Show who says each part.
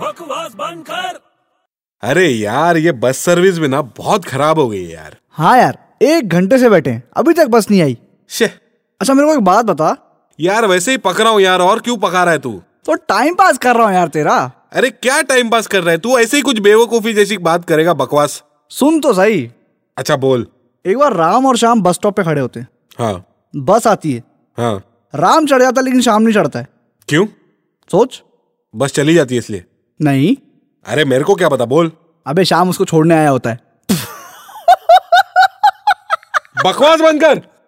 Speaker 1: बस बंद कर
Speaker 2: अरे यार ये बस सर्विस भी ना बहुत खराब हो गई है यार
Speaker 3: हाँ यार एक घंटे से बैठे हैं अभी तक बस नहीं आई
Speaker 2: शे
Speaker 3: अच्छा मेरे को एक बात बता
Speaker 2: यार वैसे ही पक रहा हूँ यार और क्यों पका रहा है तू
Speaker 3: तो टाइम पास कर रहा हूँ यार तेरा
Speaker 2: अरे क्या टाइम पास कर रहा है तू ऐसे ही कुछ बेवकूफी जैसी बात करेगा बकवास
Speaker 3: सुन तो सही
Speaker 2: अच्छा बोल
Speaker 3: एक बार राम और श्याम बस स्टॉप पे खड़े होते हैं।
Speaker 2: हाँ
Speaker 3: बस आती है
Speaker 2: हाँ
Speaker 3: राम चढ़ जाता है, लेकिन श्याम नहीं चढ़ता है
Speaker 2: क्यों
Speaker 3: सोच
Speaker 2: बस चली जाती है इसलिए
Speaker 3: नहीं
Speaker 2: अरे मेरे को क्या पता बोल
Speaker 3: अबे श्याम उसको छोड़ने आया होता है
Speaker 2: बकवास बंद कर